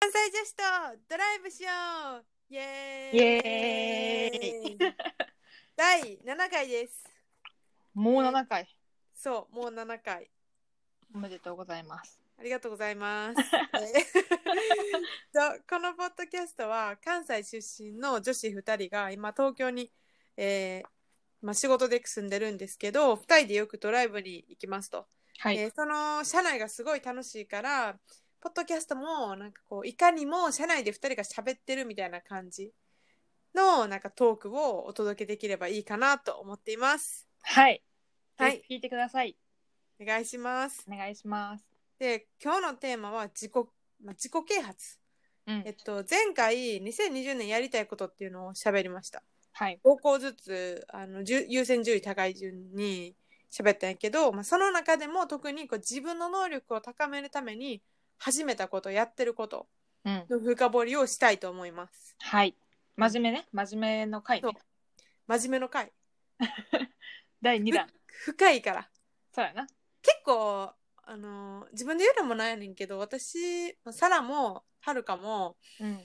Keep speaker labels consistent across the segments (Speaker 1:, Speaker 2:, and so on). Speaker 1: 関西女子とドライブしようイエーイ
Speaker 2: イエーイ
Speaker 1: 第7回です
Speaker 2: もう7回
Speaker 1: そうもう7回
Speaker 2: おめでとうございます。
Speaker 1: ありがとうござい ます、えーとこのポッドキャストは関西出身の女子2人が今東京に、えーまあ、仕事で住んでるんですけど2人でよくドライブに行きますと
Speaker 2: は
Speaker 1: えーその社内がすごい楽しいからポッドキャストもなんかこういかにも社内で2人が喋ってるみたいな感じのなんかトークをお届けできればいいかなと思っています。
Speaker 2: はい。
Speaker 1: はい
Speaker 2: ぜひ聞いてください。
Speaker 1: お願いします。
Speaker 2: お願いします。
Speaker 1: で今日のテーマは自己,、まあ、自己啓発。
Speaker 2: うん
Speaker 1: えっと前回2020年やりたいことっていうのを喋りました。
Speaker 2: はい。
Speaker 1: 5校ずつあのじゅ優先順位高い順に喋ったんやけど、まあ、その中でも特にこう自分の能力を高めるために始めたことやってること
Speaker 2: うん。
Speaker 1: の深掘りをしたいと思います。
Speaker 2: はい。真面目ね。真面目の回ね
Speaker 1: そう。真面目の回
Speaker 2: 第2弾。
Speaker 1: 深いから
Speaker 2: そうやな。
Speaker 1: 結構あの自分で言うのもないねんけど私まあサラもはるかも
Speaker 2: うん。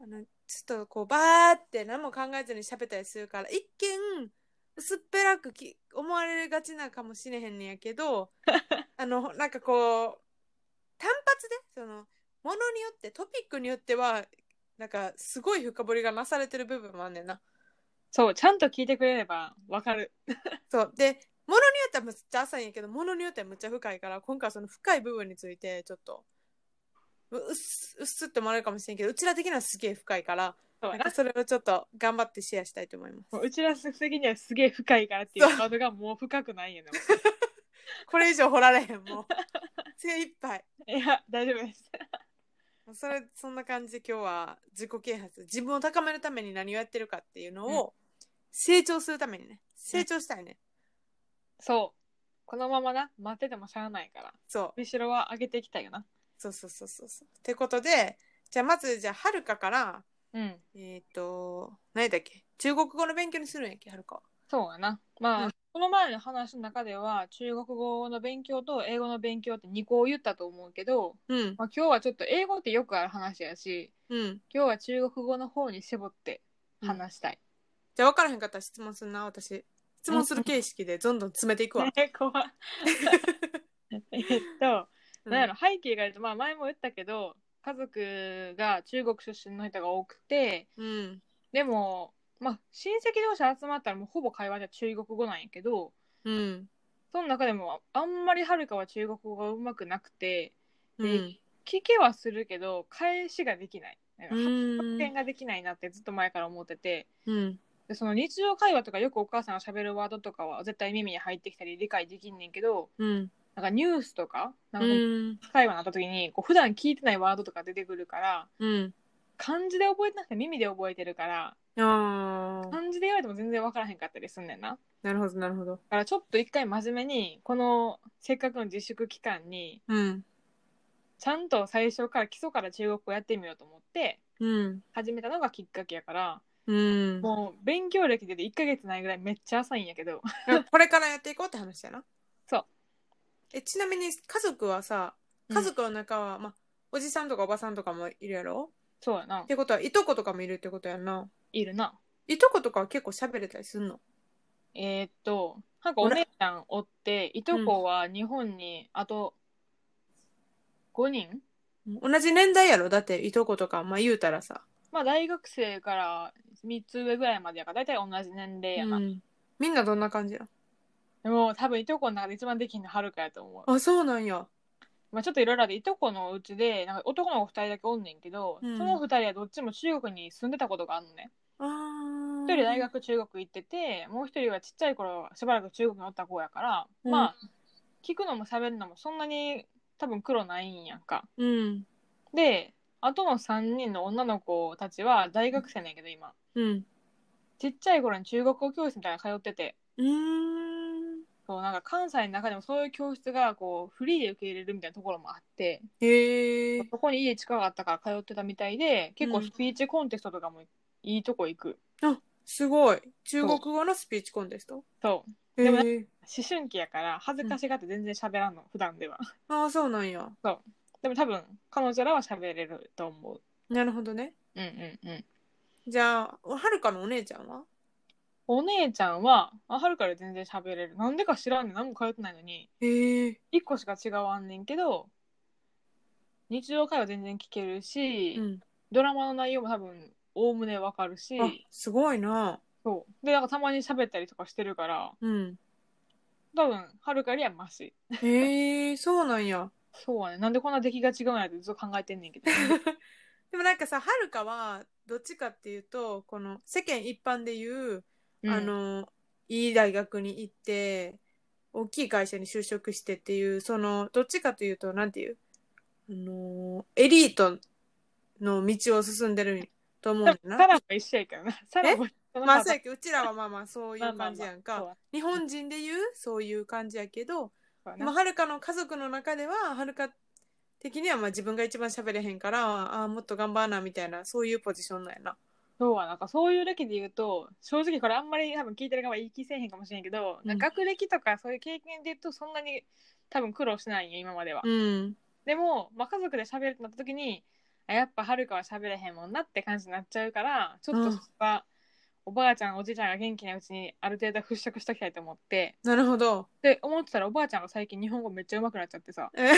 Speaker 1: あのちょっとこうバーって何も考えずに喋ったりするから一見薄っぺらくき思われがちなかもしれへんねんやけどあのなんかこう単発でそのものによってトピックによってはなんかすごい深掘りがなされてる部分もあんねんな。
Speaker 2: そう、ちゃんと聞いてくれればわかる。
Speaker 1: そうでものによってはむっちゃ浅いんやけどものによってはむっちゃ深いから今回はその深い部分についてちょっとううっすうっすってもらえるかもしれんけどうちら的にはすげえ深いから
Speaker 2: そう
Speaker 1: な
Speaker 2: や
Speaker 1: んかそれをちょっと頑張ってシェアしたいと思います
Speaker 2: な。。うちら的にはすげえ深いからっていうワードがもう深くないよね。
Speaker 1: これ以上掘られへんもう精一杯
Speaker 2: いや、大丈夫です。
Speaker 1: それそんな感じで今日は自己啓発自分を高めるために何をやってるかっていうのを成長するためにね成長したいね、
Speaker 2: そう。このままな、待っててもしゃあないから。
Speaker 1: そう
Speaker 2: 後ろは上げていきたいよな。
Speaker 1: そうそうそうそうそうってことでじゃあまずじゃあはるかから
Speaker 2: うん。
Speaker 1: えっ、と何だっけ中国語の勉強にするんやっけはるか
Speaker 2: そうやな。まあ、
Speaker 1: うん
Speaker 2: この前の話の中では、中国語の勉強と英語の勉強って2個言ったと思うけど、
Speaker 1: うん
Speaker 2: まあ、今日はちょっと英語ってよくある話やし、
Speaker 1: うん
Speaker 2: 今日は中国語の方に絞って話したい。
Speaker 1: じゃあ分からへんかったら質問するな私質問する形式でどんどん詰めていくわ、
Speaker 2: ね 怖 いえっと、
Speaker 1: うん
Speaker 2: なんやろ、背景があると、まあ前も言ったけど、家族が中国出身の人が多くて、
Speaker 1: うん
Speaker 2: でも、まあ親戚同士集まったらもうほぼ会話じゃ中国語なんやけど、
Speaker 1: うん
Speaker 2: その中でもあんまりはるかは中国語がうまくなくて、
Speaker 1: う
Speaker 2: で
Speaker 1: ん
Speaker 2: 聞けはするけど返しができないなんか
Speaker 1: うん
Speaker 2: 発見ができないなってずっと前から思ってて
Speaker 1: うん
Speaker 2: でその日常会話とかよくお母さんが喋るワードとかは絶対耳に入ってきたり理解できんねんけど
Speaker 1: うん
Speaker 2: なんかニュースとかなん
Speaker 1: う
Speaker 2: かこ
Speaker 1: ん
Speaker 2: う会話になった時にこう普段聞いてないワードとか出てくるから
Speaker 1: うん
Speaker 2: 漢字で覚えてなくて耳で覚えてるから
Speaker 1: ああ、
Speaker 2: 漢字で言われても全然分からへんかったりすんねんな。
Speaker 1: なるほど、なるほど。
Speaker 2: だからちょっと一回真面目にこのせっかくの自粛期間に
Speaker 1: うん。
Speaker 2: ちゃんと最初から基礎から中国語やってみようと思って
Speaker 1: うん。
Speaker 2: 始めたのがきっかけやから
Speaker 1: うん。
Speaker 2: もう勉強歴で1ヶ月ないぐらいめっちゃ浅いんやけど
Speaker 1: これからやっていこうって話やな。
Speaker 2: そう。
Speaker 1: え、ちなみに家族はさ、
Speaker 2: うん
Speaker 1: 家族の中は、まあ、おじさんとかおばさんとかもいるやろ
Speaker 2: そうやな
Speaker 1: ってことは、いとことかもいるってことやんな。
Speaker 2: いるない
Speaker 1: とことかは結構喋れたりすんの
Speaker 2: えーっとなんかお姉ちゃんおっていとこは日本にあと5人、
Speaker 1: 同じ年代やろだって、いとことか、まあ言うたらさ。
Speaker 2: まあ大学生から3つ上ぐらいまでやから大体同じ年齢やな、
Speaker 1: うんみんなどんな感じな
Speaker 2: でも多分いとこの中で一番できんのはるかやと思う、
Speaker 1: のあ、そうなんや。
Speaker 2: まあ、ちょっといろいろあっていとこのうちでなんか男の子2人だけおんねんけど、
Speaker 1: うん
Speaker 2: その2人はどっちも中国に住んでたことがあんのね
Speaker 1: あー
Speaker 2: 一人大。学中国行っててもう一人はちっちゃい頃しばらく中国におった子やから、まあ聞くのも喋るのもそんなに多分苦労ないんやんか
Speaker 1: うん。
Speaker 2: であとの3人の女の子たちは大学生なんやけど今
Speaker 1: うん。
Speaker 2: ちっちゃい頃に中国語教室みたいなの通ってて
Speaker 1: うーん。
Speaker 2: そうなんか関西の中でもそういう教室がこうフリーで受け入れるみたいなところもあって
Speaker 1: へえ。
Speaker 2: そこに家近かったから通ってたみたいで結
Speaker 1: う
Speaker 2: 構
Speaker 1: ん
Speaker 2: スピーチコンテストとかもいいとこ行く、
Speaker 1: すごい。中国語のスピーチコンテスト
Speaker 2: そう
Speaker 1: へ
Speaker 2: でも
Speaker 1: え。
Speaker 2: 思春期やから恥ずかしがって全然喋らんの、普段では
Speaker 1: ああ、そうなんや。
Speaker 2: でも多分彼女らは喋れると思う。
Speaker 1: なるほどね。
Speaker 2: うんうんうん。
Speaker 1: じゃあ、はるかのお姉ちゃんは
Speaker 2: お姉ちゃんは、あはるから全然喋れる。なんでか知らんねん。何も通ってないのに、
Speaker 1: ええ
Speaker 2: 一個しか違わんねんけど、日常会話全然聞けるし、
Speaker 1: うん。
Speaker 2: ドラマの内容も多分、おおむねわかるし、
Speaker 1: あ、すごいな。
Speaker 2: そう。で、なんかたまに喋ったりとかしてるから、
Speaker 1: うん。
Speaker 2: 多分、はるかよりはマシ。
Speaker 1: ええそうなんや。
Speaker 2: そうね。なんでこんな出来が違うんやってずっと考えてんねんけど。
Speaker 1: でもなんかさ、はるかは、どっちかっていうと、この世間一般で いう、
Speaker 2: うん
Speaker 1: あ、の、いい大学に行って、大きい会社に就職してっていう、その、どっちかというと、なんていう、あのーエリートの道を進んでると思うんだよ
Speaker 2: サ
Speaker 1: な。
Speaker 2: ラも一緒やけどな。サラもその
Speaker 1: まあ、
Speaker 2: パタ
Speaker 1: そうや
Speaker 2: ーン
Speaker 1: けどうちらはまあまあ、そういう感じやんか。
Speaker 2: そう
Speaker 1: 日本人で言う、そういう感じやけど、
Speaker 2: そうや
Speaker 1: まあ、
Speaker 2: な
Speaker 1: はるかの家族の中では、はるか的にはまあ自分が一番喋れへんから、ああ、もっと頑張らな、みたいな、そういうポジションなんやな。
Speaker 2: そうはなんかそういう歴で言うと正直これあんまり多分聞いてる側は言い気せえへんかもしれんけど、
Speaker 1: うん
Speaker 2: 学歴とかそういう経験で言うとそんなに多分苦労しないんよ今までは、
Speaker 1: うん。
Speaker 2: でも、まあ、家族で喋るってなった時にあやっぱはるかは喋れへんもんなって感じになっちゃうからちょっとそこは、おばあちゃんおじいちゃんが元気なうちにある程度は払拭しときたいと思って
Speaker 1: なるほ ど。
Speaker 2: で思ってたらおばあちゃんが最近日本語めっちゃ上手くなっちゃってさ
Speaker 1: え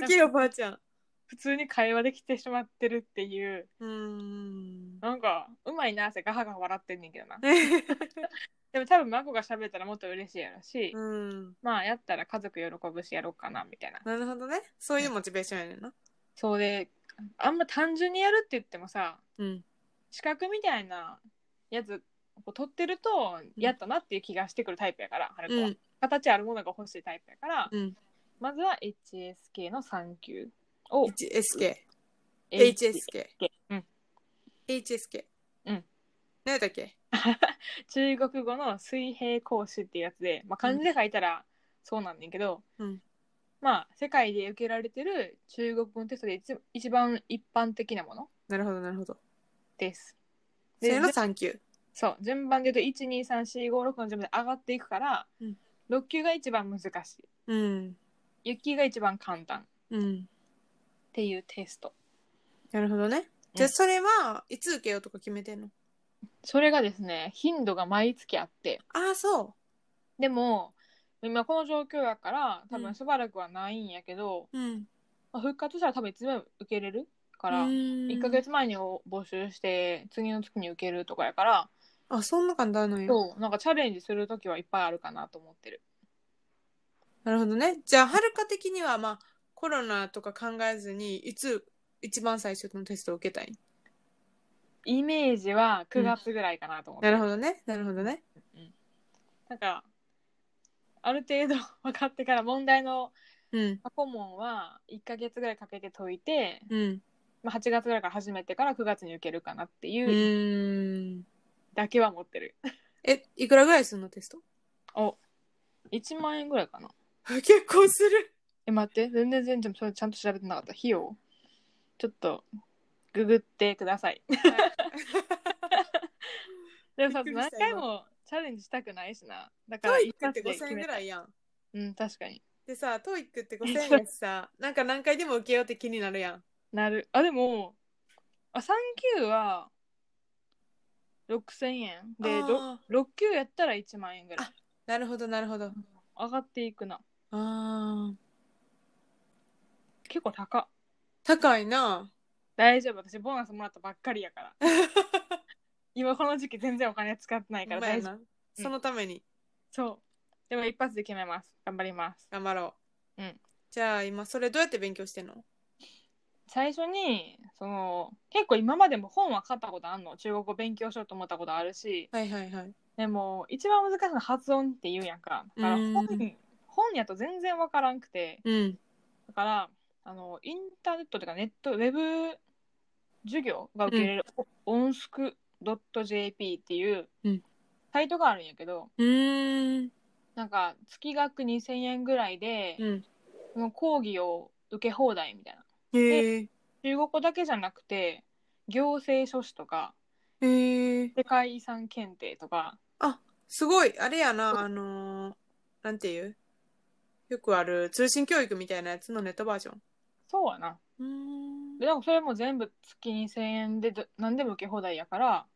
Speaker 1: 好きよ、ばあちゃん。
Speaker 2: 普通に会話できてしまってるっていう
Speaker 1: うーん。
Speaker 2: なんかうまいなってガハガハ笑ってんねんけどな
Speaker 1: う
Speaker 2: でも多分孫が喋ったらもっと嬉しいやろし、
Speaker 1: ん。
Speaker 2: まあやったら家族喜ぶしやろうかなみたいな。
Speaker 1: なるほどね。そういうモチベーションやねんな。
Speaker 2: そうであんま単純にやるって言ってもさ
Speaker 1: うん。
Speaker 2: 資格みたいなやつを取ってるとやったなっていう気がしてくるタイプやから、はる
Speaker 1: う
Speaker 2: かは
Speaker 1: ん。
Speaker 2: 形あるものが欲しいタイプやから、
Speaker 1: うん。
Speaker 2: まずは HSK の3級を
Speaker 1: HSK。
Speaker 2: H-
Speaker 1: HSK。
Speaker 2: うん。
Speaker 1: HSK。
Speaker 2: うん。
Speaker 1: 何やったっけ
Speaker 2: 中国語の水平講師っていうやつで、まあ、漢字で書いたらそうなんだけど、
Speaker 1: うん
Speaker 2: まあ世界で受けられてる中国語のテストで一一番一般的なもの
Speaker 1: なるほど、なるほど。
Speaker 2: です。
Speaker 1: せ
Speaker 2: で
Speaker 1: ーの、サンキュー。
Speaker 2: そう順番で言うと123456の順番で上がっていくから、
Speaker 1: うん
Speaker 2: 6級が一番難し
Speaker 1: うん。
Speaker 2: い雪が一番簡単っ
Speaker 1: うん。
Speaker 2: ていうテスト
Speaker 1: なるほどね。じゃ
Speaker 2: う
Speaker 1: あ、
Speaker 2: ん
Speaker 1: それはいつ受けようとか決めてんの
Speaker 2: それがですね頻度が毎月あって
Speaker 1: ああ、そう。
Speaker 2: でも今この状況やから多
Speaker 1: うん
Speaker 2: 分しばらくはないんやけど、
Speaker 1: うん。
Speaker 2: まあ復活したら多分いつでも受けれるから、
Speaker 1: 1
Speaker 2: 1ヶ。月前に募集して次の月に受けるとかやから、
Speaker 1: あ、そんな感じなのよ。
Speaker 2: そうなんかチャレンジする時はいっぱいあるかなと思ってる
Speaker 1: なるほどね。じゃあ、はるか的には、まあ、コロナとか考えずに、いつ一番最初のテストを受けたい
Speaker 2: イメージは9月ぐらいかなと思って
Speaker 1: な
Speaker 2: る、
Speaker 1: るほどね。なるほどね。
Speaker 2: なんかある程度 分かってから問題の
Speaker 1: うん。
Speaker 2: 過去問は1ヶ月ぐらいかけて解いて、
Speaker 1: うん。
Speaker 2: まあ、8月ぐらいから始めてから9月に受けるかなって
Speaker 1: う
Speaker 2: いう
Speaker 1: ーん。
Speaker 2: だけは持ってる、
Speaker 1: え、いくらぐらいするのテスト
Speaker 2: お1万円ぐらいかな
Speaker 1: 結構する。
Speaker 2: え待って全然全然それちゃんと調べてなかった費用ちょっとググってくだ さいでもさ
Speaker 1: びっくりし
Speaker 2: 何
Speaker 1: た
Speaker 2: 回もチャレンジしたくないしなだか
Speaker 1: ト
Speaker 2: ら
Speaker 1: イッ
Speaker 2: 一
Speaker 1: クって
Speaker 2: 発で
Speaker 1: 5000
Speaker 2: 決
Speaker 1: 円
Speaker 2: め
Speaker 1: ぐ
Speaker 2: た
Speaker 1: ら
Speaker 2: い
Speaker 1: いやん。
Speaker 2: うん確かに
Speaker 1: でさ、トイックって5000円やしさ、なんか何回でも受けようって気になるやん。
Speaker 2: なるあでもあ3級は6000円でろ
Speaker 1: あー
Speaker 2: 6級やったら1万円ぐらい
Speaker 1: なるほど、なるほど。
Speaker 2: 上がっていくな
Speaker 1: あー
Speaker 2: 結構高っ
Speaker 1: 高いな。
Speaker 2: 大丈夫私ボーナスもらったばっかりやから今この時期全然お金使ってないから
Speaker 1: ほんまや
Speaker 2: 大丈夫
Speaker 1: なそのために
Speaker 2: そうでも一発で決めます頑張ります
Speaker 1: 頑張ろう。
Speaker 2: うん
Speaker 1: じゃあ今それどうやって勉強してんの
Speaker 2: 最初にその結構今までも本は買ったことあんの中国語勉強しようと思ったことあるし
Speaker 1: はいはいはい。
Speaker 2: でも一番難しいのは発音って言うやんかだから
Speaker 1: うん
Speaker 2: 本本やと全然わからんくて
Speaker 1: うん。
Speaker 2: だからあのインターネットとかネットウェブ授業が受けれる、o n オンスク .jp っていう
Speaker 1: うん
Speaker 2: サイトがあるんやけど、
Speaker 1: うーん。
Speaker 2: なんか月額2000円ぐらいで、
Speaker 1: うん。
Speaker 2: その講義を受け放題みたいな
Speaker 1: へえ。
Speaker 2: 中国語だけじゃなくて行政書士とか
Speaker 1: へえ。
Speaker 2: 世界遺産検定とか
Speaker 1: すごい、あれやな、あのーなんていうよくある通信教育みたいなやつのネットバージョン。
Speaker 2: そうやな。
Speaker 1: うーん
Speaker 2: ででもそれも全部月2000円でど何でも受け放題やから、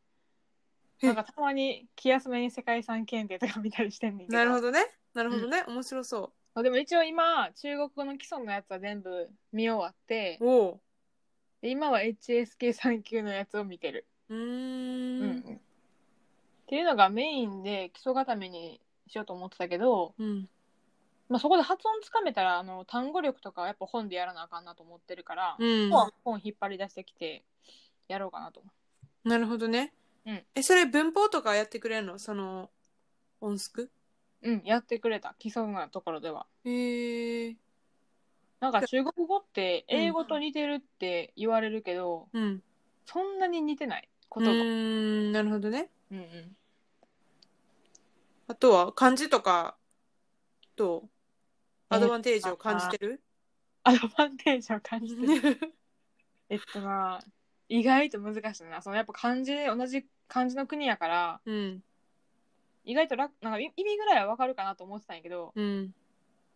Speaker 1: え
Speaker 2: なんかたまに気休めに世界遺産検定とか見たりしてんねんけど。
Speaker 1: なるほどね。なるほどね。面白そ
Speaker 2: ど。でも一応今、中国語の基礎のやつは全部見終わって
Speaker 1: う。、おお。
Speaker 2: で今は HSK3 級のやつを見てる。
Speaker 1: うーん。
Speaker 2: っていうのがメインで基礎固めにしようと思ってたけど、
Speaker 1: うん。
Speaker 2: まあ、そこで発音つかめたらあの単語力とかはやっぱ本でやらなあかんなと思ってるから、
Speaker 1: うん。
Speaker 2: 本は本引っ張り出してきてやろうかなと思
Speaker 1: なるほどね。
Speaker 2: うん
Speaker 1: え、それ文法とかやってくれるのその、音スク
Speaker 2: う、うん、やってくれた基礎なところでは
Speaker 1: えー。
Speaker 2: なんか中国語って英語と似てるって言われるけど、
Speaker 1: うん。
Speaker 2: そんなに似てないこ
Speaker 1: う
Speaker 2: とが、
Speaker 1: ーん。なるほどね。
Speaker 2: うんうん
Speaker 1: あとは漢字とか、と、アドバンテージを感じてる、
Speaker 2: アドバンテージを感じてるえっとな意外と難しいなそのやっぱ漢字で同じ漢字の国やから
Speaker 1: うん。
Speaker 2: 意外と楽なんか意味ぐらいはわかるかなと思ってたんやけど、
Speaker 1: うん。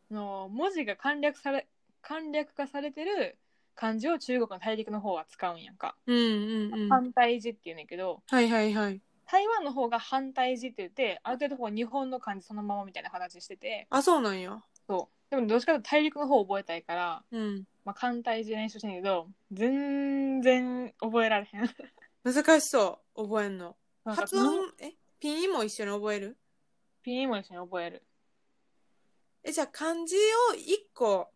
Speaker 2: その文字が簡略され簡略化されてる漢字を中国の大陸の方は使うんやんか、
Speaker 1: うん。うん。うん。
Speaker 2: 反対字っていうんやけど
Speaker 1: はいはいはい。
Speaker 2: 台湾の方が反対字って言ってある程度こう日本の漢字そのままみたいな形してて
Speaker 1: あ、そうなんや。
Speaker 2: そうでもどっちかというと大陸の方を覚えたいから、
Speaker 1: うん。
Speaker 2: まあ、反対字練習してんやけど全然覚えられへん
Speaker 1: 難しそう。覚えんの。
Speaker 2: なんか
Speaker 1: 発音、え、ピンイも一緒に覚える
Speaker 2: ピンも一緒に覚える
Speaker 1: え、じゃあ漢字を一個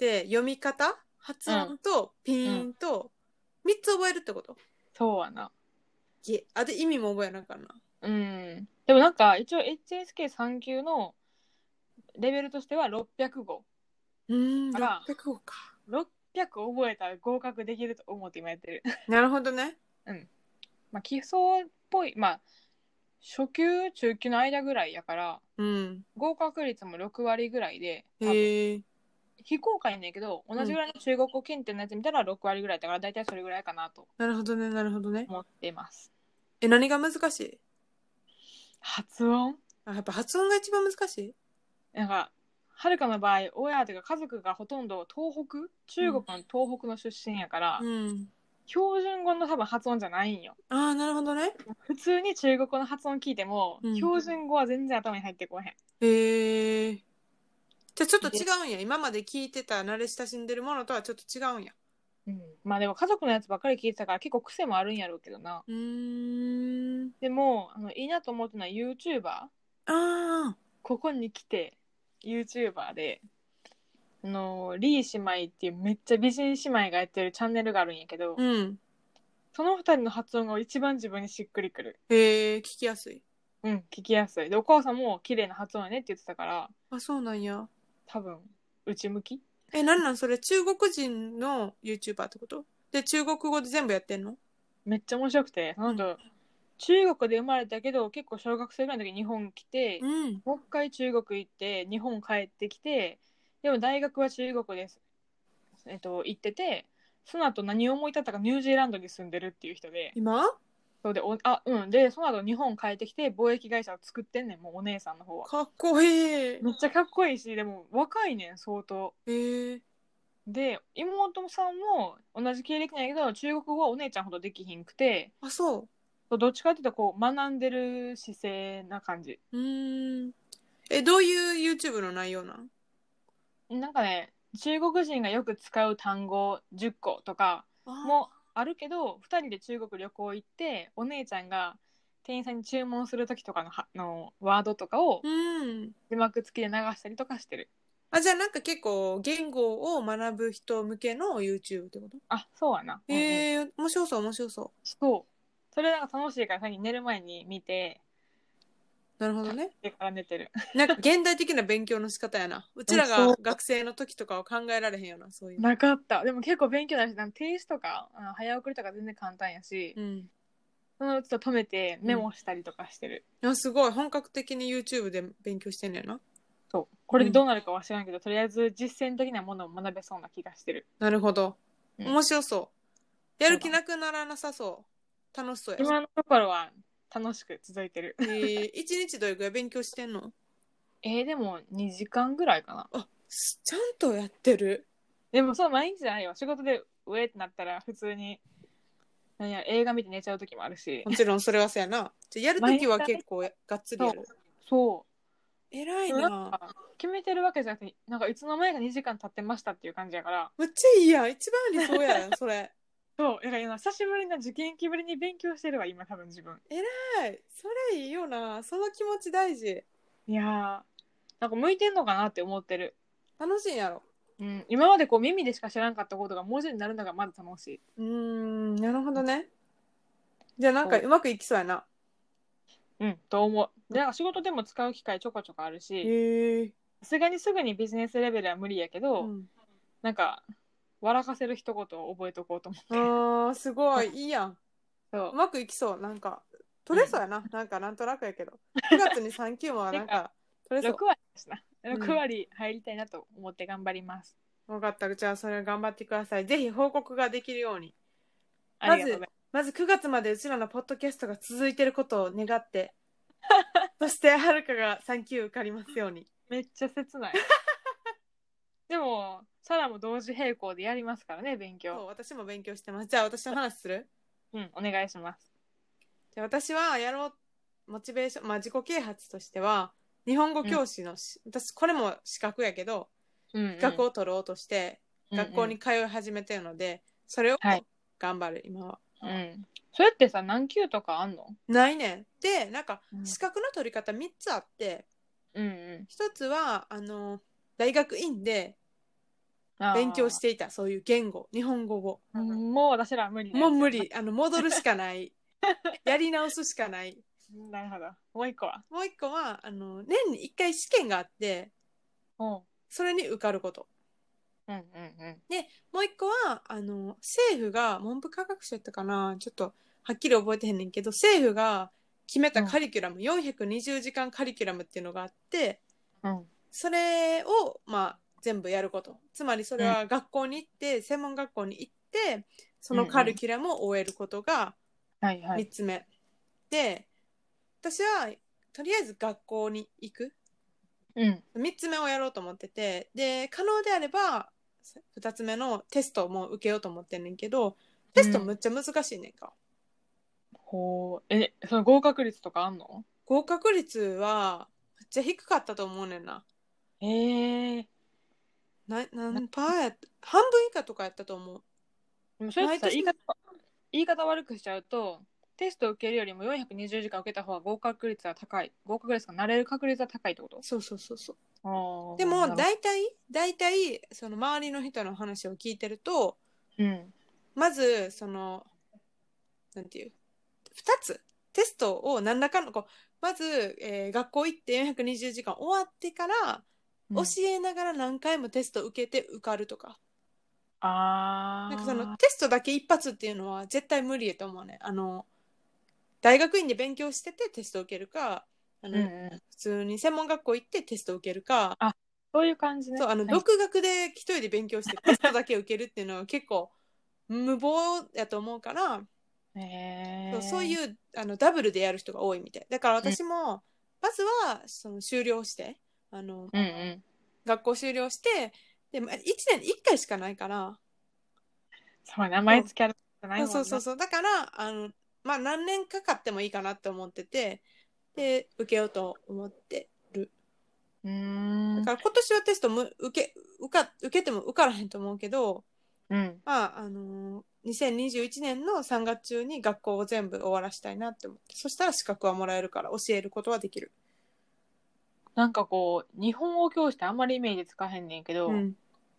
Speaker 1: で読み方、発音とピーンと三つ覚えるってこと、
Speaker 2: そうはない
Speaker 1: えあ、で意味も覚えなあかんな。
Speaker 2: うんでもなんか一応 HSK3 級のレベルとしては600号
Speaker 1: うーん、
Speaker 2: あら
Speaker 1: 600語か。
Speaker 2: 600覚えたら合格できると思って今やってる。
Speaker 1: なるほどね。
Speaker 2: まあ基礎っぽい、まあ初級、中級の間ぐらいやから、
Speaker 1: うん。
Speaker 2: 合格率も6割ぐらいで、多分
Speaker 1: へえ。
Speaker 2: 非公開なんやけど、同じぐらいの中国語検定のやつ見たら6割ぐらいだから、大体それぐらいかなと
Speaker 1: なるほどね、なるほどね。
Speaker 2: 思ってます。
Speaker 1: え、何が難しい
Speaker 2: 発音
Speaker 1: あ、やっぱ発音が一番難しい
Speaker 2: なんか、はるかの場合、親というか家族がほとんど東北、中国の東北の出身やから、
Speaker 1: うん。
Speaker 2: 標準語の多分発音じゃないんよ。
Speaker 1: ああ、なるほどね。
Speaker 2: 普通に中国語の発音聞いても、
Speaker 1: うん
Speaker 2: 標準語は全然頭に入ってこへん。
Speaker 1: へえ。じゃあちょっと違うんや。今まで聞いてた慣れ親しんでるものとはちょっと違うんや。
Speaker 2: まあでも家族のやつばっかり聞いてたから結構癖もあるんやろうけどな。
Speaker 1: うーん。
Speaker 2: でもあのいいなと思ってるのは YouTuber。
Speaker 1: ああ。
Speaker 2: ここに来て YouTuber で、あのリー姉妹っていうめっちゃ美人姉妹がやってるチャンネルがあるんやけど、
Speaker 1: うん。
Speaker 2: その二人の発音が一番自分にしっくりくる。
Speaker 1: へえ、聞きやすい。
Speaker 2: うん、聞きやすい。で、お母さんも綺麗な発音やねって言ってたから、
Speaker 1: あ、そうなんや。
Speaker 2: 多分、内向き
Speaker 1: え、なんなんそれ中国人の YouTuber ってことで、中国語で全部やってんの
Speaker 2: めっちゃ面白くて、なんだ中国で生まれたけど、結構小学生ぐらいの時に日本来て、
Speaker 1: うん。
Speaker 2: もう一回中国行って日本帰ってきてでも大学は中国です、えっと、行っててその後何を思い立ったかニュージーランドに住んでるっていう人で
Speaker 1: 今
Speaker 2: そうでおあうんでその後日本帰ってきて貿易会社を作ってんねんもうお姉さんの方は
Speaker 1: かっこいい。
Speaker 2: めっちゃかっこいいしでも若いねん相当
Speaker 1: ええ。
Speaker 2: で妹さんも同じ経歴なんやけど中国語はお姉ちゃんほどできひんくて
Speaker 1: あ、そ
Speaker 2: そうどっちかっていうとこう学んでる姿勢な感じ
Speaker 1: う。うーん。え、どういう YouTube の内容なん
Speaker 2: なんかね中国人がよく使う単語10個とかもあるけど2人で中国旅行行ってお姉ちゃんが店員さんに注文する時とかのはのワードとかを
Speaker 1: うん。
Speaker 2: 字幕付きで流したりとかしてる
Speaker 1: あ、じゃあなんか結構言語を学ぶ人向けの YouTube ってこと
Speaker 2: あそうやな、うんうん
Speaker 1: ええ、面白そう、面白そう。
Speaker 2: そうそれなんか楽しいからさっき寝る前に見て
Speaker 1: なるほどね。
Speaker 2: それから寝てる
Speaker 1: なんか現代的な勉強の仕方や な。うちら
Speaker 2: そ
Speaker 1: が
Speaker 2: う
Speaker 1: 学生の時とかは考えられへんよな、そういう。
Speaker 2: なかったでも結構勉強になるしなんか停止とかあの早送りとか全然簡単やし、
Speaker 1: うん。
Speaker 2: そのうちょっと止めてメモしたりとかしてる、
Speaker 1: あすごい本格的に YouTube で勉強してんねんな
Speaker 2: そうこれでどうなるかは知らんけど、とりあえず実践的なものを学べそうな気がしてる
Speaker 1: なるほど
Speaker 2: うん
Speaker 1: 面白そうやる気なくならなさそう楽しそうや
Speaker 2: 今のところは楽しく続いてる
Speaker 1: えー、一日どれくらい勉強してんの
Speaker 2: えーでも2時間ぐらいかな
Speaker 1: あすちゃんとやってる
Speaker 2: でもそう毎日じゃないよ仕事でうえってなったら普通になんや映画見て寝ちゃう時もあるし
Speaker 1: もちろんそれはそうやなじゃあやるときは結構やがっつりやる
Speaker 2: そ
Speaker 1: 偉
Speaker 2: う
Speaker 1: い
Speaker 2: なん
Speaker 1: な
Speaker 2: か決めてるわけじゃなくてなんかいつの間にか2時間経ってましたっていう感じやから
Speaker 1: むっちゃいいやん一番理想や んそれ
Speaker 2: そうだから今久しぶりな受験期ぶりに勉強してるわ今多分自分
Speaker 1: はいそれいいよなその気持ち大事
Speaker 2: いやーなんか向いてんのかなって思ってる、
Speaker 1: 楽しいんやろ
Speaker 2: うん、今までこう耳でしか知らんかったことが文字になるのがまず楽しいう
Speaker 1: ーんなるほどねじゃあなんか
Speaker 2: そう
Speaker 1: うまくいきそうやな
Speaker 2: うん、と思う。で、なんか仕事でも使う機会ちょこちょこあるし、
Speaker 1: へえ、
Speaker 2: さすがにすぐにビジネスレベルは無理やけ
Speaker 1: う
Speaker 2: ど、
Speaker 1: ん、
Speaker 2: なんか、笑かせる一言を覚えとこうと思
Speaker 1: あー
Speaker 2: って。
Speaker 1: すごいいいやん
Speaker 2: そう
Speaker 1: うまくいきそうなんか取れそうやな、なんかなんとなくやけど9月に3級も はなんか取れそう
Speaker 2: 6割だしな。
Speaker 1: うん
Speaker 2: 6割入りたいなと思って頑張ります。
Speaker 1: 分かったじゃあそれ頑張ってくださいぜひ報告ができるように
Speaker 2: ありがとうござい
Speaker 1: まず9月までうちらのポッドキャストが続いてることを願って そしてはるかが3級受かりますように
Speaker 2: ます。めっちゃ切ない。 でも、サラも同時並行でやりますからね、勉
Speaker 1: そう
Speaker 2: 強。
Speaker 1: 私も勉強してますじゃあ私の話する
Speaker 2: うん、お願いします。
Speaker 1: じゃあ私はやろうモチベーションまあ自己啓発としては日本語教師のし、私これも資格やけど
Speaker 2: うん、
Speaker 1: 資格を取ろうとして、学校に。通い始めてるので、それを
Speaker 2: はい
Speaker 1: 頑張る、今は。
Speaker 2: うん、うん。それってさ、何級とかあんの
Speaker 1: ないねん。で、なんか
Speaker 2: う、ん
Speaker 1: 資格の取り方3つあって、
Speaker 2: うんう
Speaker 1: 1つは、あの、大学院で
Speaker 2: ん。あー
Speaker 1: 勉強していた、そういう言語、日本語を。
Speaker 2: うんもう私らは無理なやつ
Speaker 1: もう無 理、あの、戻るしかない。やり直すしかない。
Speaker 2: なるほど。もう一個は。
Speaker 1: もう1個は、あの、年に1回試験があって、
Speaker 2: おう。
Speaker 1: それに受かること。
Speaker 2: んうんうん。
Speaker 1: もう1個は、あの、政府が、文部科学省やったかな、ちょっと、はっきり覚えてへんねんけど、政府が決めたカリキュラム、420時間カリキュラムっていうのがあって、
Speaker 2: うん
Speaker 1: それを、まあ、全部やること。つまり、それは学校に行って、専門学校に行って、そのカリキュラムを終えることが
Speaker 2: はいは
Speaker 1: 3
Speaker 2: い。
Speaker 1: つ目。で、私は、とりあえず学校に行く。
Speaker 2: うん。
Speaker 1: 3つ目をやろうと思っててで可能であれば2つ目のテストも受けようと思ってんねんけどテストむっちゃ難しいねんか、
Speaker 2: ほう。え、その合格率とかあんの
Speaker 1: 合格率はめっちゃ低かったと思うねんな
Speaker 2: ええ
Speaker 1: な何パーやった半分以下とかやったと思う
Speaker 2: でもそれってさ、言
Speaker 1: 毎
Speaker 2: い
Speaker 1: 年
Speaker 2: 方、言い方悪くしちゃうと、テストを受けるよりも420時間受けた方が合格率は高い。合格率がなれる確率は高いってこと
Speaker 1: そうそうそうそう
Speaker 2: あ
Speaker 1: でも
Speaker 2: だ
Speaker 1: 大
Speaker 2: い、
Speaker 1: 体大体その周りの人の話を聞いてると
Speaker 2: うん。
Speaker 1: まずそのなんていう2つテストを何らかのこうまず、えー学校行って420時間終わってから教えながら何回もテスト受けて受かるとか
Speaker 2: あ
Speaker 1: な
Speaker 2: あ。
Speaker 1: んかそのテストだけ一発っていうのは絶対無理やと思うねあの大学院で勉強しててテスト受けるかあ
Speaker 2: う
Speaker 1: の、
Speaker 2: んうん。
Speaker 1: 普通に専門学校行ってテスト受けるか、
Speaker 2: そういう感じね。
Speaker 1: そうあの
Speaker 2: はい
Speaker 1: 独学で一人で勉強してテストだけ受けるっていうのは結構無謀やと思うから、
Speaker 2: え
Speaker 1: そう
Speaker 2: ー
Speaker 1: そういうあのダブルでやる人が多いみたいだから私も、まずはその修了してあの、
Speaker 2: うんうん。
Speaker 1: 学校修了してでまあ1年に1回しかないから
Speaker 2: そう、名前付けられてないもんな
Speaker 1: そうそうそうそうだからあの、まあ、何年かかってもいいかなって思っててで受けようと思って
Speaker 2: うー
Speaker 1: だ
Speaker 2: ん
Speaker 1: から今年はテストも受け受か受けても受からへんと思うけど、
Speaker 2: うん。
Speaker 1: まああのー2021年の3月中に学校を全部終わらしたいなって思ってそしたら資格はもらえるから教えることはできる。
Speaker 2: なんかこう日本語教師ってあんまりイメージつかへんねんけど、
Speaker 1: うん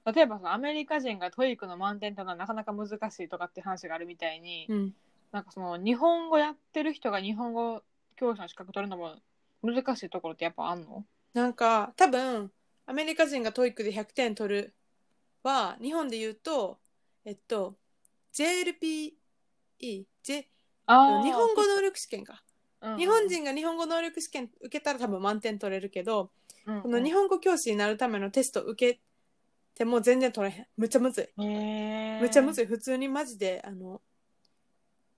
Speaker 2: 例えばそのアメリカ人がトイックの満点とかなかなか難しいとかって話があるみたいに、
Speaker 1: うん
Speaker 2: なんかその日本語やってる人が日本語教師の資格取るのも難しいところってやっぱあんの
Speaker 1: なんか多分アメリカ人がトイックで100点取るは日本で言うとえっと JLPE、J
Speaker 2: あ
Speaker 1: 日本語能力試験か、日本、人が日本語能力試験受けたら多分満点取れるけど、
Speaker 2: うんうん
Speaker 1: この日本語教師になるためのテスト受けても全然取れへんむっちゃむずい
Speaker 2: へー
Speaker 1: むっちゃむずい普通にマジであの、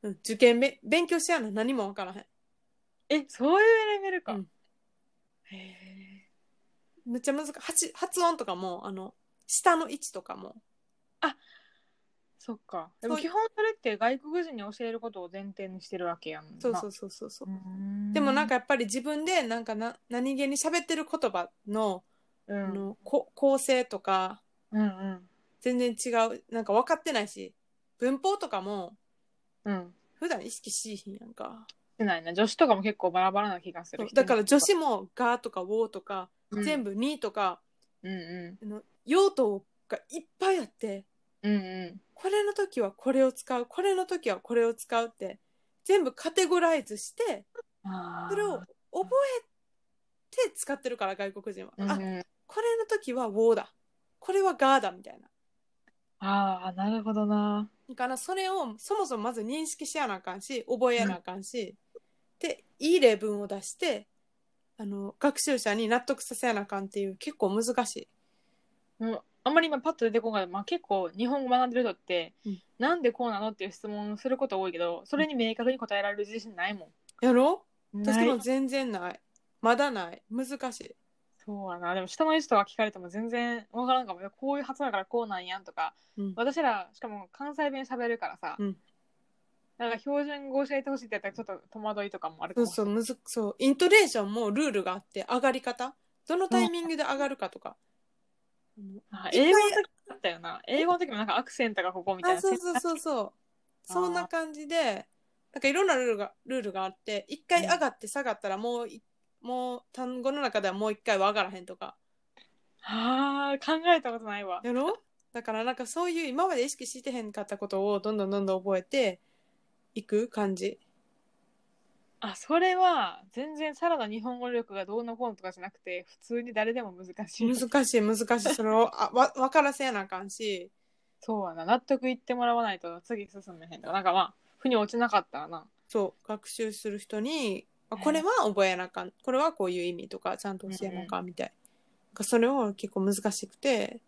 Speaker 1: うん、受験べ勉強しやな何も分からへん
Speaker 2: えそういうレベルか、
Speaker 1: うん
Speaker 2: へ
Speaker 1: めっちゃ難しい発発音とかもあの下の位置とかも
Speaker 2: そっかでも
Speaker 1: そう
Speaker 2: 基本それって外国人に教えることを前提にしてるわけやもんな
Speaker 1: そうそうそうそうそう
Speaker 2: うーん
Speaker 1: でもなんか、やっぱり自分でなんかな何気に喋ってる言葉の,、
Speaker 2: うん、
Speaker 1: あ
Speaker 2: うん
Speaker 1: のこ構成とか
Speaker 2: うん
Speaker 1: 全然違うなんか分かってないし文法とかも
Speaker 2: うん
Speaker 1: 普段意識しいひんやんか
Speaker 2: してないな女子とかも結構バラバラな気がす
Speaker 1: そ
Speaker 2: る
Speaker 1: うだから女、子も「が」とか「を」とか、
Speaker 2: うん
Speaker 1: 全部「に」とか
Speaker 2: うんう
Speaker 1: あの用途がいっぱいあって
Speaker 2: んうんうん
Speaker 1: これの時はこれを使うこれの時はこれを使うって全部カテゴライズして
Speaker 2: あー
Speaker 1: それを覚えて使ってるから外国人は、
Speaker 2: うん
Speaker 1: あ
Speaker 2: うん
Speaker 1: これの時は「を」だこれは「が」だみたいな。
Speaker 2: ああなるほどな
Speaker 1: だからそれをそもそもまず認識しやなあかんし覚えなあかんし、でいい例文を出してあの学習者に納得させやなあかんっていう結構難しい。
Speaker 2: うんあんまり今パッと出てこない、まあ、結構日本語学んでる人って、
Speaker 1: うん
Speaker 2: なんでこうなのっていう質問すること多いけどそれに明確に答えられる自信ないも
Speaker 1: やろ
Speaker 2: ん。
Speaker 1: 私
Speaker 2: ない
Speaker 1: も全然ない。まだない。難しい。
Speaker 2: そうやなでも下の人が聞かれても全然わからんかもいやこういう発音だからこうなんやんとか
Speaker 1: うん
Speaker 2: 私らしかも関西弁喋るからさ、
Speaker 1: うん
Speaker 2: なんか標準語教えてほしいってやったらちょっと戸惑いとかもあるか
Speaker 1: そうそ
Speaker 2: も
Speaker 1: う、むず、そう。イントネーションもルールがあって、上がり方どのタイミングで上がるかとか。
Speaker 2: あ英語の時だったよな英語の時もなんかアクセントがここみたい
Speaker 1: あ、
Speaker 2: な
Speaker 1: そうそうそうそう。そんな感じで、なんかいろんなルールが、ルールがあって、一回上がって下がったらもうい、もう単語の中ではもう一回は上がらへんとか。
Speaker 2: あー考えたことないわ
Speaker 1: やろだからなんかそういう今まで意識してへんかったことをどんどんどんどん覚えていく感じ。
Speaker 2: あそれは全然サラダ日本語力がどうのこうのとかじゃなくて普通に誰でも難しい
Speaker 1: 難しい難しい。それをあわ分からせやなあかんし。
Speaker 2: そうやな納得いってもらわないと次進めへんとかなんかまあ腑に落ちなかったらな
Speaker 1: そう学習する人にあこれは覚えなあかんこれはこういう意味とかちゃんと教えなあかんみたい、なんかそれを結構難しくて、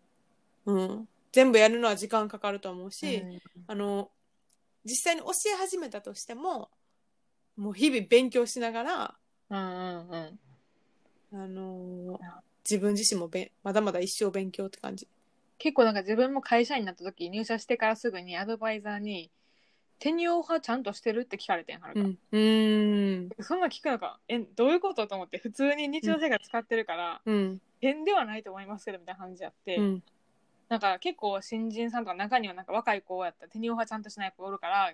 Speaker 1: うん、全部やるのは時間かかると思うし、
Speaker 2: うん
Speaker 1: あの実際に教え始めたとしてももう日々勉強しながら、
Speaker 2: うんうんうん
Speaker 1: あのー
Speaker 2: あ
Speaker 1: 自分自身もべんまだまだ一生勉強って感じ。
Speaker 2: 結構なんか自分も会社員になった時入社してからすぐにアドバイザーに「テニオーはちゃんとしてる?」って聞かれてんはる
Speaker 1: う
Speaker 2: か、
Speaker 1: ん、うん、
Speaker 2: そんな聞くのかえどういうことと思って普通に日常生活使ってるから、
Speaker 1: うん、
Speaker 2: 変ではないと思いますけどみたいな感じやって、
Speaker 1: うん、
Speaker 2: なんか結構新人さんとか中にはなんか若い子やったら「テニオーはちゃんとしない子おるから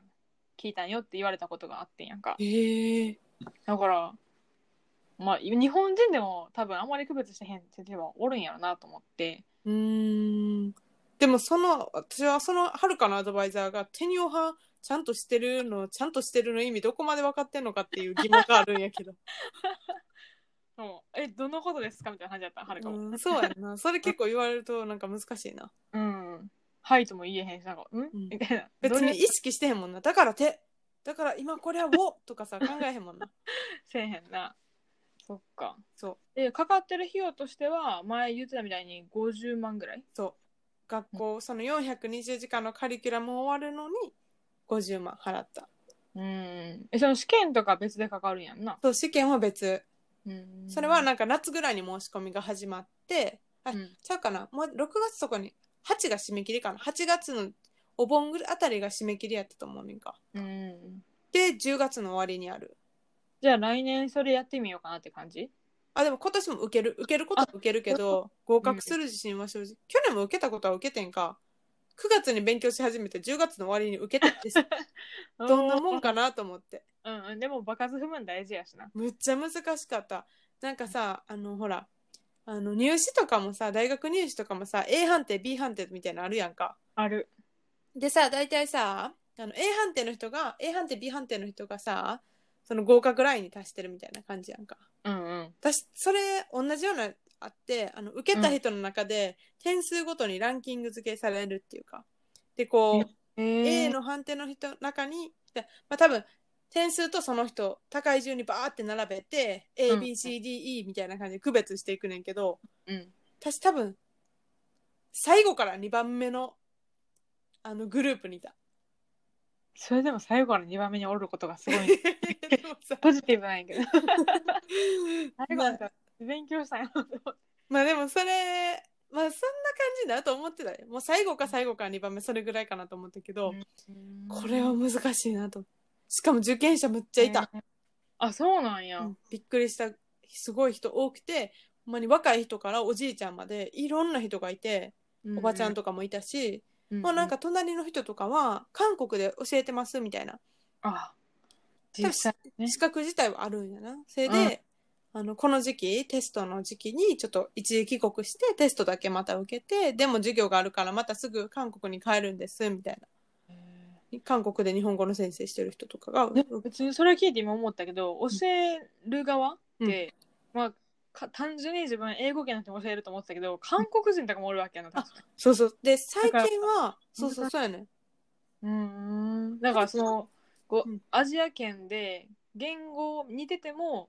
Speaker 2: 聞いたんよ」って言われたことがあってんやんか
Speaker 1: ええ
Speaker 2: だからまあ日本人でも多分あんまり区別してへんって人はおるんやろなと思って
Speaker 1: うーんでもその私はそのはるかのアドバイザーが「テニオ派ちゃんとしてるのちゃんとしてるの意味どこまで分かってんのか」っていう疑問があるんやけど、
Speaker 2: もうえどのことですかみたいな感じやったんはるか も。
Speaker 1: うん、そうやんなそれ結構言われるとなんか難しいな
Speaker 2: うん。はいとも言えへんし、なんか、うん、
Speaker 1: ん
Speaker 2: みたいな。
Speaker 1: 別
Speaker 2: どれ
Speaker 1: に意識してへんもん なだから手だから今これは「を」とかさ考えへんもん な
Speaker 2: せえへんな。そっか。
Speaker 1: そう
Speaker 2: で、かかってる費用としては、前言ってたみたいに50万ぐらい
Speaker 1: そう学校その420時間のカリキュラムを終わるのに50万払った
Speaker 2: うん。え、その試験とか別でかかるんやんな。
Speaker 1: そう試験は別
Speaker 2: うん。
Speaker 1: それは、なんか夏ぐらいに申し込みが始まって、あ
Speaker 2: うん
Speaker 1: ちゃうかなもう6月とかに8が締め切りかな8月のお盆ぐらいあたりが締め切りやったと思うねんか
Speaker 2: うん。
Speaker 1: で10月の終わりにある
Speaker 2: じゃあ来年それやってみようかなって感じ
Speaker 1: あでも今年も受ける受けることは受けるけど合格する自信は正直、去年も受けたことは受けてんか9月に勉強し始めて10月の終わりに受けてってどんなもんかなと思って
Speaker 2: うんうん。でも、場数踏むん大事やしな。
Speaker 1: むっちゃ難しかったなんかさあのほらあの入試とかもさ大学入試とかもさ A 判定 B 判定みたいなのあるやんか
Speaker 2: ある。
Speaker 1: でさ大体さあの A 判定の人が A 判定 B 判定の人がさその合格ラインに達してるみたいな感じやんか
Speaker 2: うんうん。
Speaker 1: 私それ同じようなあってあの受けた人の中で点数ごとにランキング付けされるっていうかでこう
Speaker 2: え
Speaker 1: A
Speaker 2: ー、
Speaker 1: の判定の人の中に、でまあ、多分点数とその人高い順にバーって並べて
Speaker 2: うん
Speaker 1: ABCDE みたいな感じで区別していくねんけど
Speaker 2: うん。
Speaker 1: 私多分最後から2番目のあのグループにいた。
Speaker 2: それでも最後の2番目におることがすごいね。
Speaker 1: でもさ
Speaker 2: ポジティブなんやけど。最後
Speaker 1: ま
Speaker 2: なん
Speaker 1: あ
Speaker 2: か勉強したんやなと思って
Speaker 1: まあでもそれ、まあそんな感じだと思ってたよ。もう最後か最後か2番目、それぐらいかなと思ったけど、これは難しいなと。しかも受験者むっちゃいた。
Speaker 2: えーあ、そうなんや。
Speaker 1: うんびっくりした、すごい人多くて、ほんまに若い人からおじいちゃんまでいろんな人がいて、おばちゃんとかもいたし、
Speaker 2: う、
Speaker 1: もうなんか、隣の人とかは、韓国で教えてますみたいな。
Speaker 2: あ、実際ね。
Speaker 1: 資格自体はあるんやな。それ
Speaker 2: うん
Speaker 1: で、あの、この時期、テストの時期に、ちょっと一時帰国して、テストだけまた受けて、でも授業があるから、またすぐ韓国に帰るんです、みたいな。韓国で日本語の先生してる人とかが、
Speaker 2: でも別にそれ聞いて今思ったけど教える側って、まあか単純に自分英語圏の人に教えると思ってたけど韓国人とかもおるわけやな確か
Speaker 1: そうそう。で、最近
Speaker 2: だか
Speaker 1: は、そうそう、そうやね。
Speaker 2: うんだからそのこう
Speaker 1: うん
Speaker 2: アジア圏で言語似てても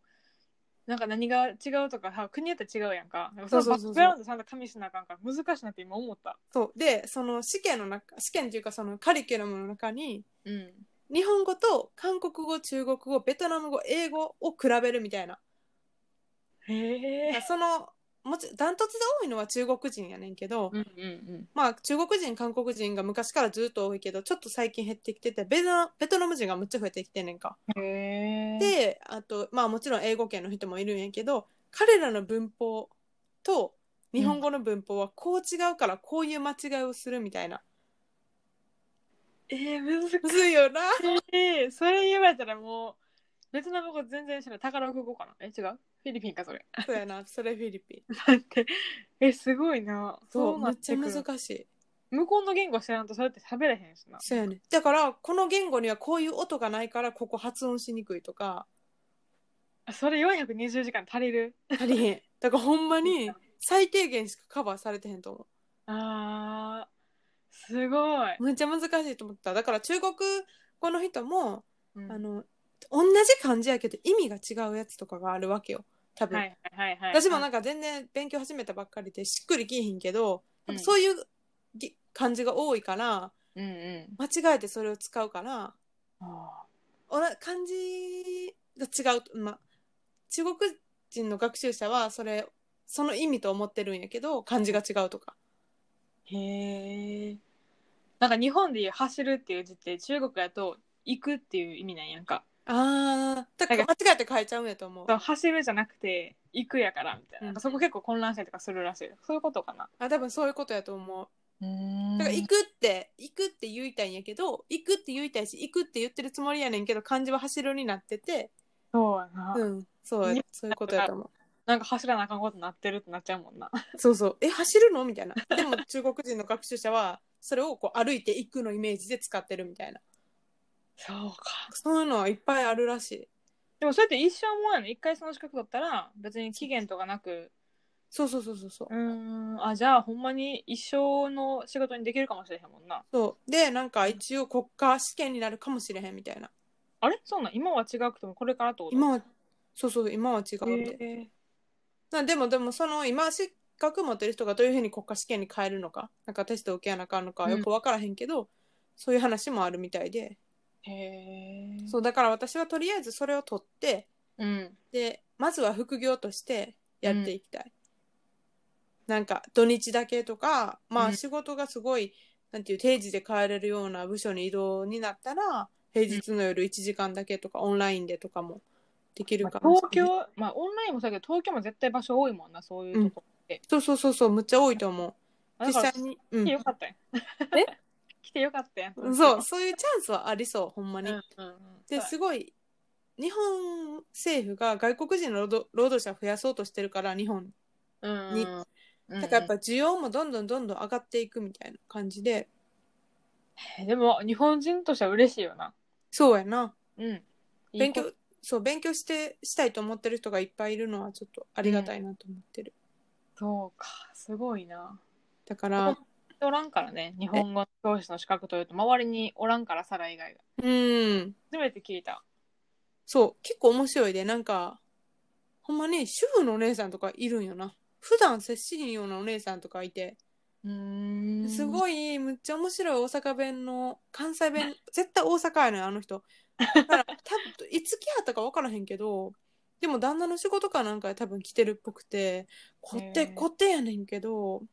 Speaker 2: なんか何が違うとかさ国によって違うやんかなんかその
Speaker 1: そうそうそうそう
Speaker 2: バックグラウンドちゃんと加味しなあかんから難しいなって今思った
Speaker 1: そう。で、その試験の中、試験というか、そのカリキュラムの中に、
Speaker 2: うん
Speaker 1: 日本語と韓国語、中国語、ベトナム語、英語を比べるみたいな。
Speaker 2: へえ
Speaker 1: その、もちダントツで多いのは中国人やねんけど、
Speaker 2: うんうん
Speaker 1: まあ中国人、韓国人が昔からずっと多いけど、ちょっと最近減ってきてて、ベトナベトナム人がむっちゃ増えてきてんねんか。
Speaker 2: うんへえ
Speaker 1: で、あと、まあもちろん英語圏の人もいるんやけど、彼らの文法と日本語の文法はこう違うからこういう間違いをするみたい な。
Speaker 2: えー、難しい
Speaker 1: むずいよな。
Speaker 2: えー、それ言われたらもう、ベトナム語全然知らない。宝国語かなえ、違うフィリピンか、それ。
Speaker 1: そうやな、それフィリピン。
Speaker 2: だって、え、すごいな。
Speaker 1: そう、
Speaker 2: な
Speaker 1: めってちゃ
Speaker 2: くる
Speaker 1: 難しい。
Speaker 2: 向こうの言語知らんと、それって喋れへんしな。
Speaker 1: そうやね。だから、この言語にはこういう音がないから、ここ発音しにくいとか、
Speaker 2: あそれ420時間足りる
Speaker 1: 足りへん。だからほんまに、最低限しかカバーされてへんと思う。
Speaker 2: あー、すごい。
Speaker 1: めっちゃ難しいと思った。だから中国語の人も、
Speaker 2: うん
Speaker 1: あの、同じ漢字やけど意味が違うやつとかがあるわけよ。多分。
Speaker 2: はいはいはい。
Speaker 1: 私も
Speaker 2: な
Speaker 1: なんか全然勉強始めたばっかりでしっくりきいひんけど、多
Speaker 2: うん
Speaker 1: 分そういうぎ漢字が多いから、
Speaker 2: うんうん。
Speaker 1: 間違えてそれを使うから、
Speaker 2: あ
Speaker 1: おな漢字が違うと、まあ、中国人の学習者はそれ、その意味と思ってるんやけど、漢字が違うとか。
Speaker 2: ーへえ。なんか日本で言う走るっていう字って、中国だと行くっていう意味なんやんか。
Speaker 1: あー、だから間違えて変えちゃうんやと思う
Speaker 2: そ。う走るじゃなくて行くやからみたいな,、
Speaker 1: うん
Speaker 2: そこ結構混乱したりとかするらしいそういうことかな
Speaker 1: あ、多分そういうことやと思う。
Speaker 2: うん
Speaker 1: だから行くって、行くって言いたいんやけど、行くって言いたいし、行くって言ってるつもりやねんけど、漢字は走るになってて、
Speaker 2: そうやな、
Speaker 1: うん、そうや
Speaker 2: ね、
Speaker 1: そういうことやと思
Speaker 2: なんか走らなあかんことになってるってなっちゃうもんな
Speaker 1: う。そうそう、え、走るのみ たいな。でも中国人の学習者は、それをこう歩いて行くのイメージで使ってるみたいな。
Speaker 2: そうか
Speaker 1: そういうのはいっぱいあるらしい。
Speaker 2: でもそれって一生もんやの一回その資格取ったら別に期限とかなく
Speaker 1: そうそうそうそうそう。
Speaker 2: うーんあじゃあほんまに一生の仕事にできるかもしれへんもんな
Speaker 1: そうで、なんか一応国家試験になるかもしれへんみたいな。
Speaker 2: あれそうなん今は違くてもこれからってこと
Speaker 1: 今は、そうそう、今は違
Speaker 2: へ
Speaker 1: うって。
Speaker 2: え
Speaker 1: なでもでもその今資格持ってる人がどういうふうに国家試験に変えるのかなんかテストを受けなあかんのか
Speaker 2: うん
Speaker 1: よく分からへんけど、そういう話もあるみたいで
Speaker 2: へえ
Speaker 1: そうだから私はとりあえずそれを取って
Speaker 2: うん
Speaker 1: でまずは副業としてやっていきたい、なんか土日だけとかま
Speaker 2: う
Speaker 1: あ
Speaker 2: ん
Speaker 1: 仕事がすごい、なんていう定時で帰れるような部署に移動になったら平日の夜1時間だけとかオンラインでとかもできる
Speaker 2: まあ
Speaker 1: かもしれ
Speaker 2: 東
Speaker 1: ない、
Speaker 2: 京まあオンラインもそうやけど東京も絶対場所多いもんなそういうとこ、
Speaker 1: そうそうそうそうむっちゃ多いと思う
Speaker 2: だ
Speaker 1: 実
Speaker 2: から
Speaker 1: 際に、う
Speaker 2: 来
Speaker 1: ん
Speaker 2: て、よかったやん。
Speaker 1: え
Speaker 2: 来てよかったやん。
Speaker 1: そう、そういうチャンスはありそう、ほんま
Speaker 2: うん
Speaker 1: に。
Speaker 2: うんうん。
Speaker 1: で、すごい、日本政府が外国人の労働労働者を増やそうとしてるから、日本。
Speaker 2: うん
Speaker 1: に
Speaker 2: うん
Speaker 1: だからやっぱ需要もどんどんどんどん上がっていくみたいな感じで、
Speaker 2: えでも、日本人としては嬉しいよな。
Speaker 1: そうやな。
Speaker 2: うん。
Speaker 1: 勉
Speaker 2: いいこ
Speaker 1: 強、そう、勉強して、したいと思ってる人がいっぱいいるのはちょっとありがたいなと思ってる。
Speaker 2: そうか、すごいな。
Speaker 1: だから、
Speaker 2: おらんからね、日本語教師の資格というと、周りにおらんから、サラ以外が。
Speaker 1: うん、
Speaker 2: 初めて聞いた。
Speaker 1: そう、結構面白いで、なんか、ほんまに主婦のお姉さんとかいるんよな。普段接しひんようなお姉さんとかいて、
Speaker 2: うん
Speaker 1: す
Speaker 2: い。
Speaker 1: ごい、むっちゃ面白い大阪弁の、関西弁、絶対大阪やねん、あの人。だから、多分いつ来はったか分からへんけど、でも旦那の仕事かなんかで多分来てるっぽくて、こってこってやねんけど、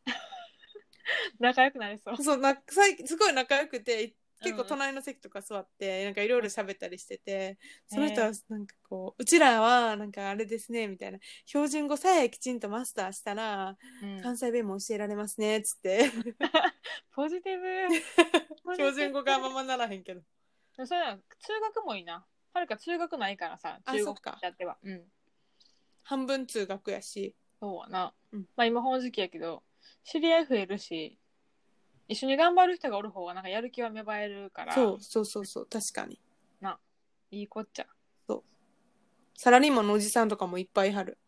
Speaker 2: 仲良くなれそう。
Speaker 1: そうな最近すごい仲良くて、結構
Speaker 2: うん
Speaker 1: 隣の席とか座って、なんかいろいろ喋ったりしてて、
Speaker 2: うん
Speaker 1: その人はなんかこう、うちらはなんかあれですね、みたいな。標準語さえきちんとマスターしたら、
Speaker 2: うん
Speaker 1: 関西弁も教えられますね、つって。
Speaker 2: ポジティブ。ポ ジティブ
Speaker 1: 標準語がままならへんけど。
Speaker 2: でもそれなら中学もいいな。はるか中学ないからさ、
Speaker 1: あ
Speaker 2: 中
Speaker 1: そっ
Speaker 2: 国
Speaker 1: か
Speaker 2: やっては。うん。
Speaker 1: 半分通学やし。
Speaker 2: そうやな。
Speaker 1: うん
Speaker 2: まあ今本時期やけど、知り合い増えるし、一緒に頑張る人がおる方がなんかやる気は芽生えるから、
Speaker 1: そうそうそうそう、確かに。
Speaker 2: いいこっちゃ。
Speaker 1: サラリーマンのおじさんとかもいっぱいいはる。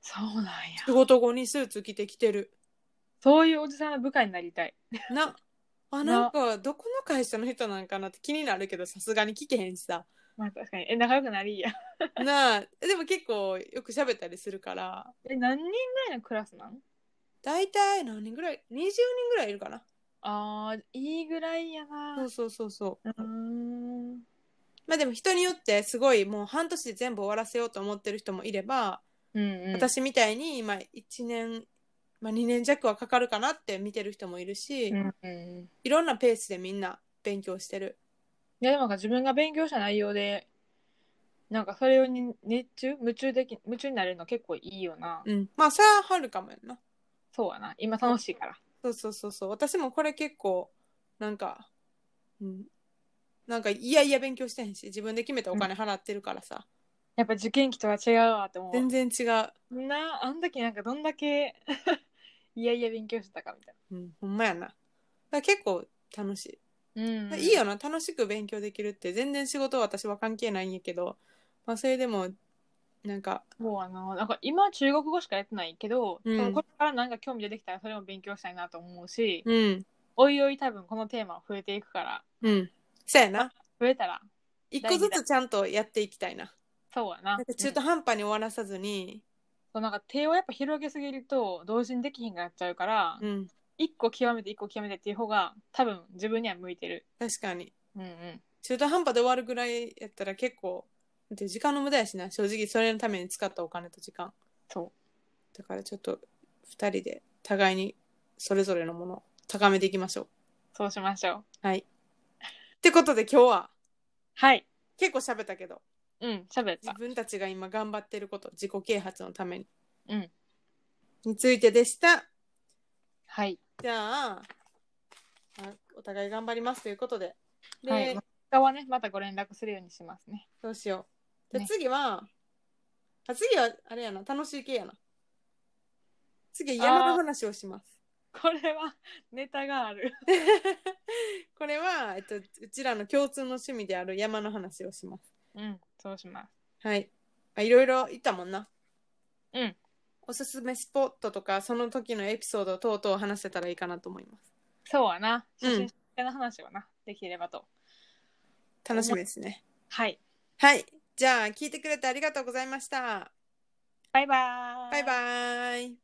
Speaker 2: そうなんや。
Speaker 1: 仕事後にスーツ着てきてる。
Speaker 2: そういうおじさんの部下になりたい。
Speaker 1: な。あ、なんか、どこの会社の人なんかなって気になるけど、さすがに聞けへんしさ。
Speaker 2: まあ確かに。え、仲良くなりいや。
Speaker 1: なあ、でも結構よく喋ったりするから、
Speaker 2: え、何人ぐらいのクラスなん
Speaker 1: 大体何人ぐらい ?20 人ぐらいいるかな。
Speaker 2: あー、いいぐらいや
Speaker 1: そ
Speaker 2: な
Speaker 1: う。そうそうそうう。
Speaker 2: ーん。
Speaker 1: まあでも人によってすごいもう半年で全部終わらせようと思ってる人もいれば、
Speaker 2: うん、うん。
Speaker 1: 私みたいに今1年、まあ、2年弱はかかるかなって見てる人もいるし、
Speaker 2: うん、うん。
Speaker 1: いろんなペースでみんな勉強してる。
Speaker 2: いやでもなんか自分が勉強した内容でなんかそれに熱中夢中でき夢中になれるの結構いいよな、
Speaker 1: うん。まあ、それははるかもやんな。
Speaker 2: そうやな今楽しいから
Speaker 1: そうそうそうそう。私もこれ結構、なんか、うん。なんか、いやいや勉強してへんし、自分で決めたお金払ってるからさ。
Speaker 2: やっぱ受験期とは違うわって思
Speaker 1: 全然違う。
Speaker 2: うみんなあん時なんかどんだけ いやいや勉強してたかみたい
Speaker 1: うん、ほんまやな。だから結構楽しい。
Speaker 2: な、
Speaker 1: いいよな、楽しく勉強できるって、全然仕事は私は関係ないんやけど、まあ、それでも、なんか、
Speaker 2: そうやななんか今は中国語しかやってないけど、
Speaker 1: うん
Speaker 2: 多分これからなんか興味出てきたらそれも勉強したいなと思うし、
Speaker 1: うん、
Speaker 2: おいおい多分このテーマは増えていくから
Speaker 1: うん。そうやな。
Speaker 2: 増えたら
Speaker 1: 一個ずつちゃんとやっていきたいな。
Speaker 2: そうやな
Speaker 1: なんか
Speaker 2: う
Speaker 1: 中
Speaker 2: ん
Speaker 1: 途半端に終わらさずに、
Speaker 2: そうなんか手をやっぱ広げすぎると同時にできひんくなっちゃうから、
Speaker 1: うん、
Speaker 2: 一個極めて一個極めてっていう方が多分自分には向いてる。
Speaker 1: 確かに。
Speaker 2: うんうん。
Speaker 1: 中途半端で終わるぐらいやったら結構、だって時間の無駄やしな。正直、それのために使ったお金と時間。
Speaker 2: そ
Speaker 1: だからちょっと、二人で互いにそれぞれのものを高めていきましょう。
Speaker 2: う。そうしましょう。
Speaker 1: はい。ってことで今日は、
Speaker 2: はい。
Speaker 1: 結構喋ったけど
Speaker 2: うん、喋っ
Speaker 1: 自
Speaker 2: た。
Speaker 1: 分たちが今頑張ってること自己啓発のために
Speaker 2: うん。
Speaker 1: についてでした
Speaker 2: はい。
Speaker 1: じゃああお互い頑張りますということでで、
Speaker 2: はい。またはね、またご連絡するようにしますね。
Speaker 1: どうしようじゃあ
Speaker 2: ね
Speaker 1: 次は、あ次はあれやな楽しい系やな次は山の話をします
Speaker 2: これはネタがある。
Speaker 1: これは、えっと、うちらの共通の趣味である山の話をします
Speaker 2: うん、そうします。
Speaker 1: はいあいろいろ言ったもんな
Speaker 2: うん。
Speaker 1: おすすめスポットとかその時のエピソード等々話せたらいいかなと思います
Speaker 2: そうはな。
Speaker 1: うん
Speaker 2: 初心者の話はな、できればと。
Speaker 1: 楽しみですね
Speaker 2: はい。
Speaker 1: はい。じゃあ、聞いてくれてありがとうございました。
Speaker 2: バイバーイ。
Speaker 1: バイバイ。